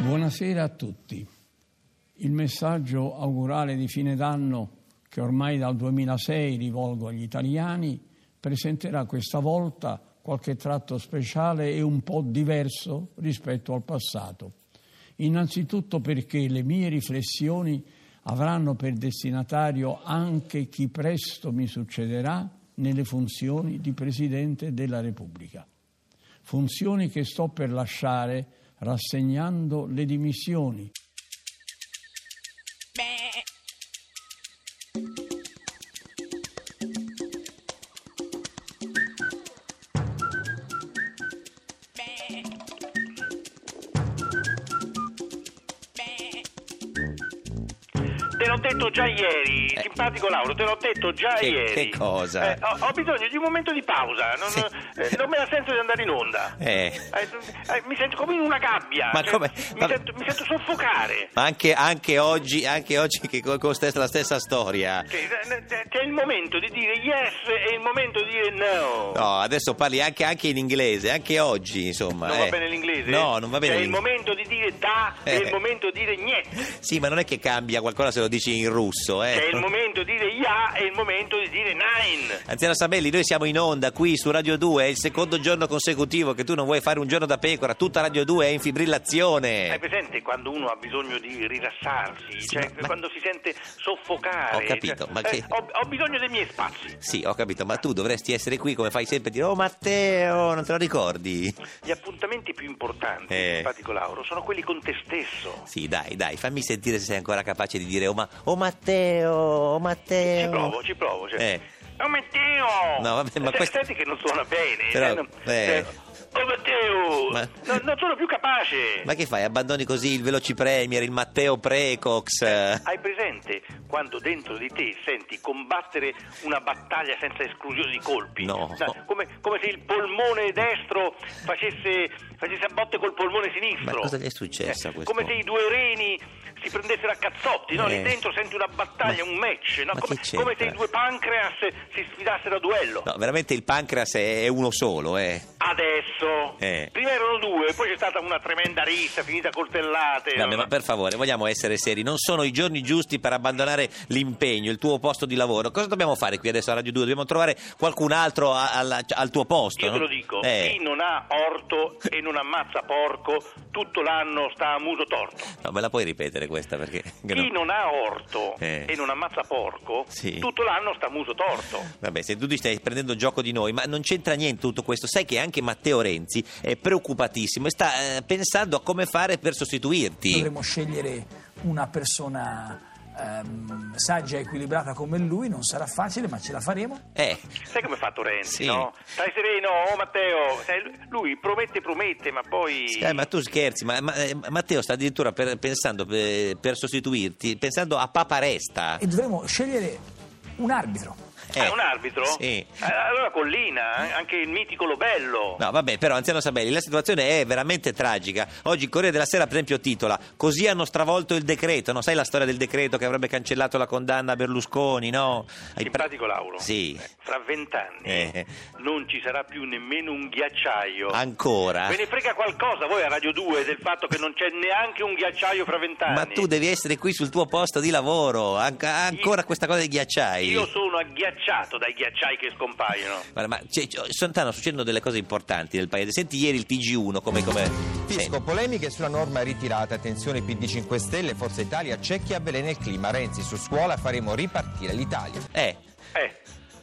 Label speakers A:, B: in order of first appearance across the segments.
A: Buonasera a tutti. Il messaggio augurale di fine d'anno che ormai dal 2006 rivolgo agli italiani presenterà questa volta qualche tratto speciale e un po' diverso rispetto al passato. Innanzitutto perché le mie riflessioni avranno per destinatario anche chi presto mi succederà nelle funzioni di Presidente della Repubblica. Funzioni che sto per lasciare rassegnando le dimissioni.
B: Te l'ho detto già ieri, simpatico Lauro, te l'ho detto già
C: Eh. Che-
B: ieri.
C: che cosa?
B: Eh, ho, ho bisogno di un momento di pausa, non,
C: Sì.
B: eh, non me la sento di andare in onda.
C: Eh.
B: Eh, eh, mi sento come in una gabbia,
C: Ma
B: cioè,
C: come-
B: mi,
C: vabbè.
B: sento, mi sento soffocare.
C: Ma anche, anche oggi, anche oggi che co- con stessa- la stessa storia.
B: Cioè, eh, eh, C'è il momento di dire yes e il momento di dire no.
C: No, adesso parli anche, anche in inglese, anche oggi, insomma.
B: Non
C: eh.
B: va bene l'inglese?
C: No, non va bene
B: C'è il
C: l'inglese.
B: momento di dire da e
C: Eh.
B: il momento di dire niente.
C: Sì, ma non è che cambia qualcosa se lo dici in russo, eh.
B: C'è il momento di dire ya e il momento di dire nine.
C: Anziana Sabelli, noi siamo in onda qui su Radio 2, è il secondo giorno consecutivo che tu non vuoi fare un giorno da pecora, tutta Radio 2 è in
B: Hai
C: fibrillazione.
B: presente quando uno ha bisogno di rilassarsi,
C: Eh. Sì,
B: cioè
C: ma- ma-
B: quando si sente soffocare?
C: Ho capito,
B: cioè,
C: ma che-
B: ho, ho bisogno dei miei spazi.
C: Sì, ho capito, ma tu dovresti essere qui come fai sempre a dire "Oh Matteo, non te lo ricordi?".
B: Gli appuntamenti più importanti,
C: Eh.
B: simpatico Lauro, sono quelli con te stesso.
C: Sì, dai, dai, fammi sentire se sei ancora capace di dire "Oh, ma- oh Matteo, oh Matteo".
B: Ci provo, ci provo. Cioè.
C: Eh.
B: Oh Matteo!
C: No, vabbè, ma
B: Se-
C: questo-
B: Senti che non suona bene.
C: Però,
B: non- cioè,
C: eh.
B: Oh Matteo!
C: Ma-
B: no- non sono più capace.
C: Ma che fai? Abbandoni così il Veloci Premier, il Matteo Precox? eh?
B: Hai presente quando dentro di te senti combattere una battaglia senza esclusione di colpi?
C: No.
B: Da- Come, come se il polmone destro facesse, facesse a botte col polmone sinistro. Eh,
C: Ma cosa gli è successo a questo?
B: Come se i due reni si prendessero a cazzotti, no? Lì
C: Eh.
B: dentro senti una battaglia,
C: Ma-
B: un match, no?
C: ma
B: come,
C: che c'entra?
B: come se i due pancreas si sfidassero a duello.
C: No, veramente il pancreas è è uno solo, eh.
B: Adesso,
C: Eh.
B: prima erano due, poi c'è stata una tremenda rissa finita a coltellate.
C: Vabbè,
B: no?
C: ma per favore, vogliamo essere seri. Non sono i giorni giusti per abbandonare l'impegno, il tuo posto di lavoro. Cosa dobbiamo fare qui adesso a Radio 2? Dobbiamo trovare qualcun altro a- alla- cioè, al tuo posto.
B: Io te
C: no?
B: lo dico,
C: Eh.
B: chi non ha orto e non ammazza porco, tutto l'anno sta a muso torto.
C: No, me la puoi ripetere questa perché... che
B: Chi
C: no.
B: non ha orto
C: Eh.
B: e non ammazza porco,
C: Sì.
B: tutto l'anno sta a muso torto.
C: Vabbè, se tu ti stai prendendo gioco di noi, ma non c'entra niente tutto questo. Sai che anche Matteo Renzi è preoccupatissimo e sta eh, pensando a come fare per sostituirti.
D: Dovremmo scegliere una persona ehm, saggia e equilibrata come lui, non sarà facile, ma ce la faremo.
C: Eh,
B: Sai come ha fatto Renzi,
C: Sì.
B: no? Stai sereno, oh Matteo. Sai, lui promette, promette, ma poi...
C: eh, ma tu scherzi, ma, ma- eh, Matteo sta addirittura per- pensando per, per sostituirti, pensando a Papa Resta.
D: E dovremmo scegliere un arbitro.
C: Eh,
B: Ah, un arbitro?
C: Sì.
B: Eh, Allora Collina, eh, anche il mitico Lobello.
C: No, vabbè, però, anziano Sabelli, la situazione è veramente tragica. Oggi il Corriere della Sera, per esempio, titola Così hanno stravolto il decreto, no? Sai la storia del decreto che avrebbe cancellato la condanna a Berlusconi, no? Ai pre-
B: Simpatico Lauro.
C: Sì.
B: Eh, Fra vent'anni
C: Eh.
B: non ci sarà più nemmeno un ghiacciaio.
C: Ancora?
B: Ve ne frega qualcosa voi a Radio 2 del fatto che non c'è neanche un ghiacciaio fra vent'anni?
C: Ma tu devi essere qui sul tuo posto di lavoro, an- ancora
B: Io-
C: questa cosa dei ghiacciai.
B: Io sono agghiacciato dai ghiacciai che scompaiono.
C: Guarda, ma cioè, c'è- c'è- stanno succedendo delle cose importanti nel paese. Senti ieri il TG1 come... come...
E: Fisco, polemiche sulla norma ritirata, tensione PD 5 Stelle, Forza Italia, c'è chi avvelena il clima, Renzi su scuola faremo ripartire l'Italia.
C: Eh,
B: Eh.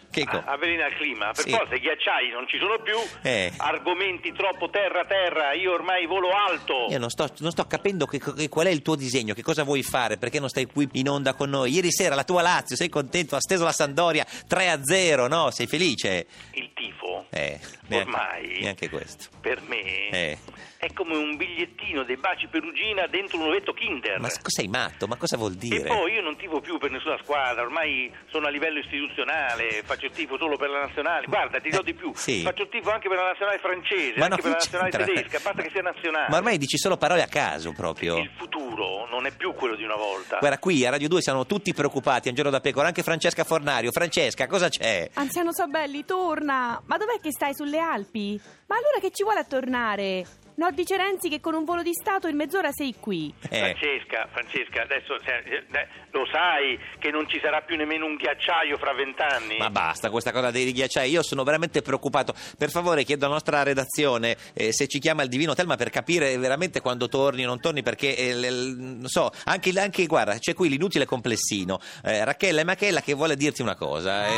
C: che co-
B: a- Avvelena il clima, per
C: Sì.
B: forza i ghiacciai non ci sono più,
C: Eh.
B: argomenti troppo terra-terra, io ormai volo alto.
C: Io non sto, non sto capendo che, che- qual è il tuo disegno, che cosa vuoi fare, perché non stai qui in onda con noi. Ieri sera la tua Lazio, sei contento, ha steso la Sandoria 3-0, no? Sei felice?
B: Il tifo,
C: Eh, neanche-
B: ormai,
C: Neanche questo.
B: per me,
C: Eh.
B: è come un bigliettino dei baci perugina dentro un ovetto Kinder.
C: Ma s- sei matto, ma cosa vuol
B: E
C: dire?
B: poi io non tifo più per nessuna squadra, ormai sono a livello istituzionale, faccio il tifo solo per la nazionale. Guarda, ti do
C: Eh,
B: di più,
C: sì.
B: faccio il tifo anche per la nazionale francese,
C: Ma
B: anche per la
C: no, che
B: nazionale
C: c'entra?
B: tedesca, basta che sia nazionale.
C: Ma ormai dici solo parole a caso proprio.
B: Il futuro non è più quello di una volta.
C: Guarda, qui a Radio 2 siamo tutti preoccupati, un giorno da pecora, anche Francesca Fornario. Francesca, cosa c'è?
F: Anziano Sabelli, torna! Ma dov'è che stai sulle Alpi? Ma allora che ci vuole a tornare? No, dice Renzi che con un volo di Stato in mezz'ora sei qui.
C: Eh,
B: Francesca, Francesca, adesso se- eh, lo sai che non ci sarà più nemmeno un ghiacciaio fra vent'anni?
C: ma basta questa cosa dei ghiacciai, io sono veramente preoccupato. Per favore chiedo alla nostra redazione eh, se ci chiama il Divino Telma per capire veramente quando torni o non torni, perché eh, le- le- non so, anche, anche guarda, c'è qui l'inutile complessino, eh, Rachella e Machella che vuole dirti una cosa. eh.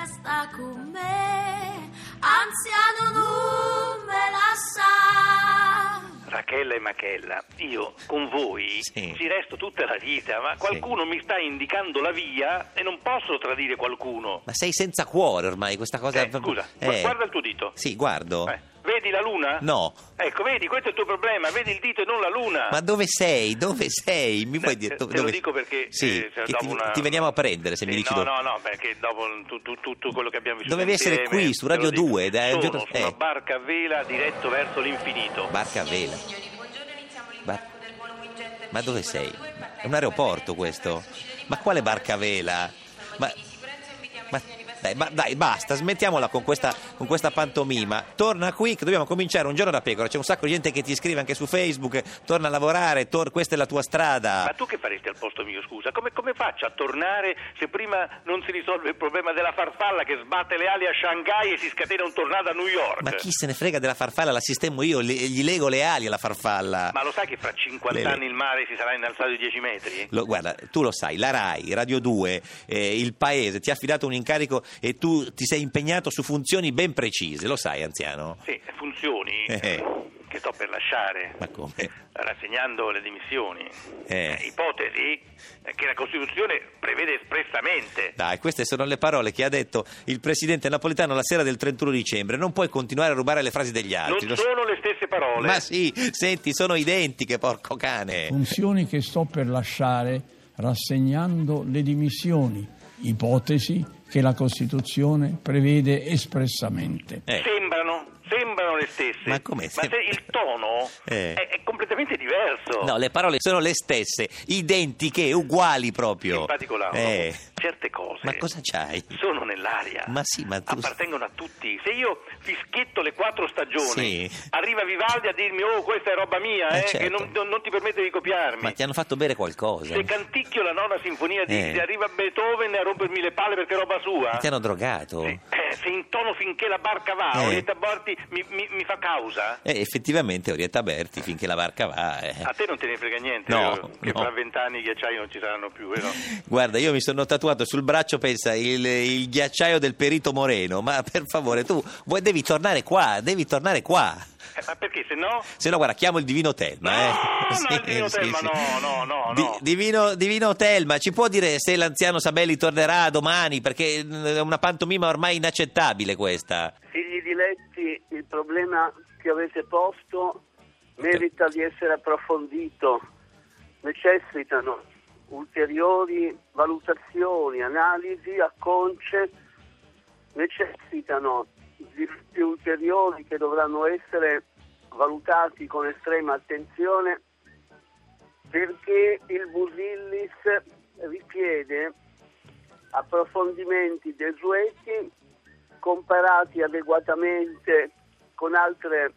G: Resta con me, anziano non me la sa.
B: Rachella e Machella, io con voi
C: Sì.
B: ci resto tutta la vita, ma qualcuno mi sta indicando la via e non posso tradire qualcuno.
C: Ma sei senza cuore ormai, questa cosa...
B: Eh, scusa, gu- guarda il tuo dito.
C: Sì, guardo.
B: Eh, vedi la luna?
C: No.
B: Ecco, vedi, questo è il tuo problema, vedi il dito e non la luna.
C: Ma dove sei? Dove sei? Mi puoi
B: Te-
C: dire
B: te
C: dove-
B: lo
C: dove-
B: dico perché
C: Sì,
B: eh, se
C: che
B: dopo
C: ti,
B: una-
C: ti veniamo a prendere se mi
B: Sì,
C: dici
B: Eh, no
C: dove-
B: no no perché dopo tu- tu- tutto quello che abbiamo vissuto
C: Dovevi essere
B: insieme,
C: qui, su
B: te lo
C: Radio
B: dico.
C: 2, dai, un
B: sono
C: giorno-
B: su una
C: eh.
B: barca a vela diretto verso l'infinito
C: barca a vela.
G: Signori, buongiorno, iniziamo
C: l'imbarco
G: del volo Wingent.
C: Ma dove sei? È un aeroporto questo? Ma quale barca a vela? Ma, ma- dai, ma- dai, basta, smettiamola con questa, con questa pantomima. Torna qui che dobbiamo cominciare un giorno da pecora. C'è un sacco di gente che ti scrive anche su Facebook. eh, Torna a lavorare, tor- questa è la tua strada.
B: ma tu che faresti al posto mio scusa come, come faccio a tornare se prima non si risolve il problema della farfalla che sbatte le ali a Shanghai e si scatena un tornado a New York
C: Ma chi se ne frega della farfalla? La sistemo io, le- gli lego le ali alla farfalla.
B: Ma lo sai che fra 50
C: Lele.
B: anni il mare si sarà innalzato di 10 metri
C: Lo- guarda, tu lo sai, la RAI, Radio 2, eh, il Paese ti ha affidato un incarico e tu ti sei impegnato su funzioni ben precise, lo sai, anziano?
B: sì funzioni
C: Eh.
B: che sto per lasciare
C: Ma come?
B: rassegnando le dimissioni
C: Eh.
B: Eh, ipotesi eh, che la Costituzione prevede espressamente
C: Dai, queste sono le parole che ha detto il presidente napolitano la sera del 31 dicembre. Non puoi continuare a rubare le frasi degli
B: Non
C: altri. Ah, lo so-
B: sono le stesse parole.
C: Ma sì, senti, sono identiche, porco cane.
A: Funzioni che sto per lasciare rassegnando le dimissioni, ipotesi che la Costituzione prevede espressamente.
C: Eh.
B: Sembrano, sembrano le stesse.
C: Ma come
B: se
C: sembra-
B: il tono
C: Eh.
B: è, è completamente diverso.
C: No, le parole sono le stesse, identiche, uguali proprio.
B: Simpatico Lauro,
C: Eh.
B: certe cose
C: Ma cosa c'hai?
B: sono nell'aria.
C: Ma sì, ma tu-
B: Appartengono a tutti. Se io fischietto le quattro stagioni,
C: Sì.
B: arriva Vivaldi a dirmi oh questa è roba mia,
C: Eh,
B: eh,
C: certo.
B: che non, non- non ti permette di copiarmi.
C: Ma ti hanno fatto bere qualcosa?
B: Se canticchio la nona sinfonia di
C: Eh.
B: arriva Beethoven a rompermi le palle perché è roba sua.
C: Ti hanno drogato?
B: Sì. Eh, se intono finché la barca va,
C: Eh.
B: Orietta Borti mi, mi- mi fa causa?
C: Eh, effettivamente Orietta Berti finché la barca va. eh.
B: A te non te ne frega niente,
C: No,
B: vero? che
C: no.
B: fra vent'anni i ghiacciai non ci saranno più, vero? Eh,
C: Guarda, io mi sono tatuato sul braccio, pensa, il, il ghiacciaio del perito Moreno, ma per favore tu vuoi- devi tornare qua, devi tornare qua.
B: Eh, ma perché se no?
C: Se no, guarda, chiamo il divino Telma. eh.
B: No, no, il divino Telma, no, no, no, no.
C: divino, divino Telma, ci può dire se l'anziano Sabelli tornerà domani? Perché mm, è una pantomima ormai inaccettabile questa.
H: Figli diletti, il problema che avete posto merita di essere approfondito, necessitano ulteriori valutazioni, analisi, acconce, necessitano di rischi ulteriori che dovranno essere valutati con estrema attenzione perché il Busillis richiede approfondimenti desueti comparati adeguatamente con altre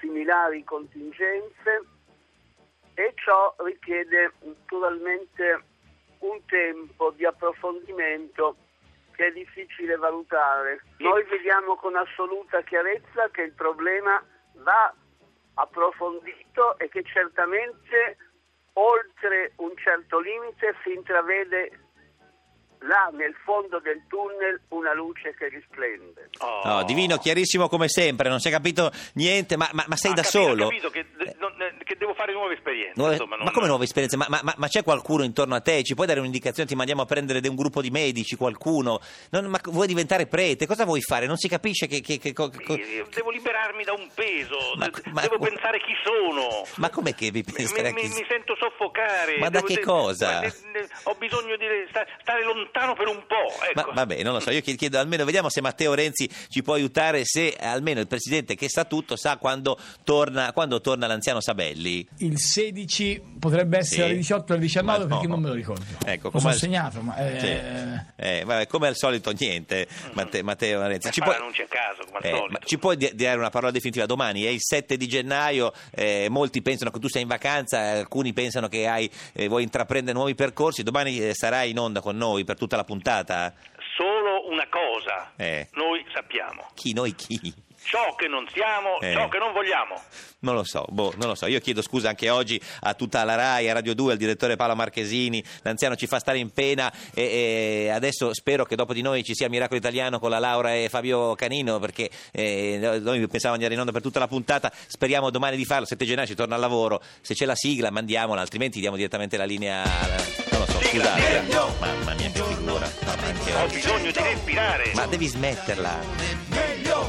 H: similari contingenze e ciò richiede naturalmente un tempo di approfondimento che è difficile valutare. Noi vediamo con assoluta chiarezza che il problema va approfondito e che certamente oltre un certo limite si intravede là nel fondo del tunnel una luce che risplende.
B: Oh.
C: No, divino, chiarissimo come sempre, non si è capito niente, ma, ma- ma sei
B: Ho
C: da
B: Ah, capito,
C: solo.
B: Ho capito che, de- non- eh, che devo fare nuove esperienze.
C: Nuove-
B: insomma, non-
C: Ma come nuove esperienze? Ma, ma- ma- ma c'è qualcuno intorno a te? Ci puoi dare un'indicazione? Ti mandiamo a prendere da un gruppo di medici, qualcuno? Non- ma vuoi diventare prete? Cosa vuoi fare? Non si capisce che... che- che co- che co-
B: Sì, Devo liberarmi da un peso,
C: Ma-
B: de-
C: ma-
B: devo pensare chi sono.
C: Ma com'è che vi pensare
B: Mi,
C: a chi...
B: mi- mi sento soffocare.
C: Ma da
B: devo-
C: che
B: de-
C: cosa?
B: de- de- Ho bisogno di re- sta- stare lontano per un po'.
C: Ma
B: Ecco.
C: vabbè, non lo so, io chied- chiedo almeno, vediamo se Matteo Renzi ci può aiutare, se almeno il presidente che sa tutto sa quando torna, quando torna l'anziano Sabelli.
I: Il 16 potrebbe essere
C: Sì.
I: alle 18 o alle 19
C: Ma
I: perché
C: no.
I: non me lo ricordo.
C: Ecco,
I: lo
C: come
I: sono
C: al-
I: segnato, ma... eh,
C: Sì. Eh, vabbè, come al solito niente, Matte- Matteo Renzi.
B: Ci puoi... Eh, non c'è caso, come al
C: Eh,
B: solito.
C: ma ci puoi di- dare una parola definitiva domani? È il 7 di gennaio, eh, molti pensano che tu sei in vacanza, alcuni pensano che hai, eh, vuoi intraprendere nuovi percorsi, domani eh, sarai in onda con noi per tutta la puntata.
B: Solo una cosa
C: Eh.
B: noi sappiamo,
C: Chi noi chi?
B: ciò che non siamo,
C: Eh.
B: ciò che non vogliamo.
C: Non lo so, boh, non lo so. Io chiedo scusa anche oggi a tutta la RAI, a Radio 2, al direttore Paolo Marchesini. L'anziano ci fa stare in pena e, e adesso spero che dopo di noi ci sia Miracolo Italiano con la Laura e Fabio Canino perché eh, noi pensavamo di andare in onda per tutta la puntata. Speriamo domani di farlo. 7 gennaio ci torna al lavoro. Se c'è la sigla, mandiamola, altrimenti diamo direttamente la linea. Non lo so,
B: Sigla,
C: scusate.
B: sigla.
C: Mamma mia, che figura. Mamma, anche
B: Ho
C: oggi.
B: bisogno di respirare.
C: Ma devi smetterla.
J: meglio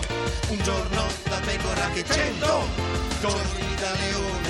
J: un giorno da pecora che cento giorni da leone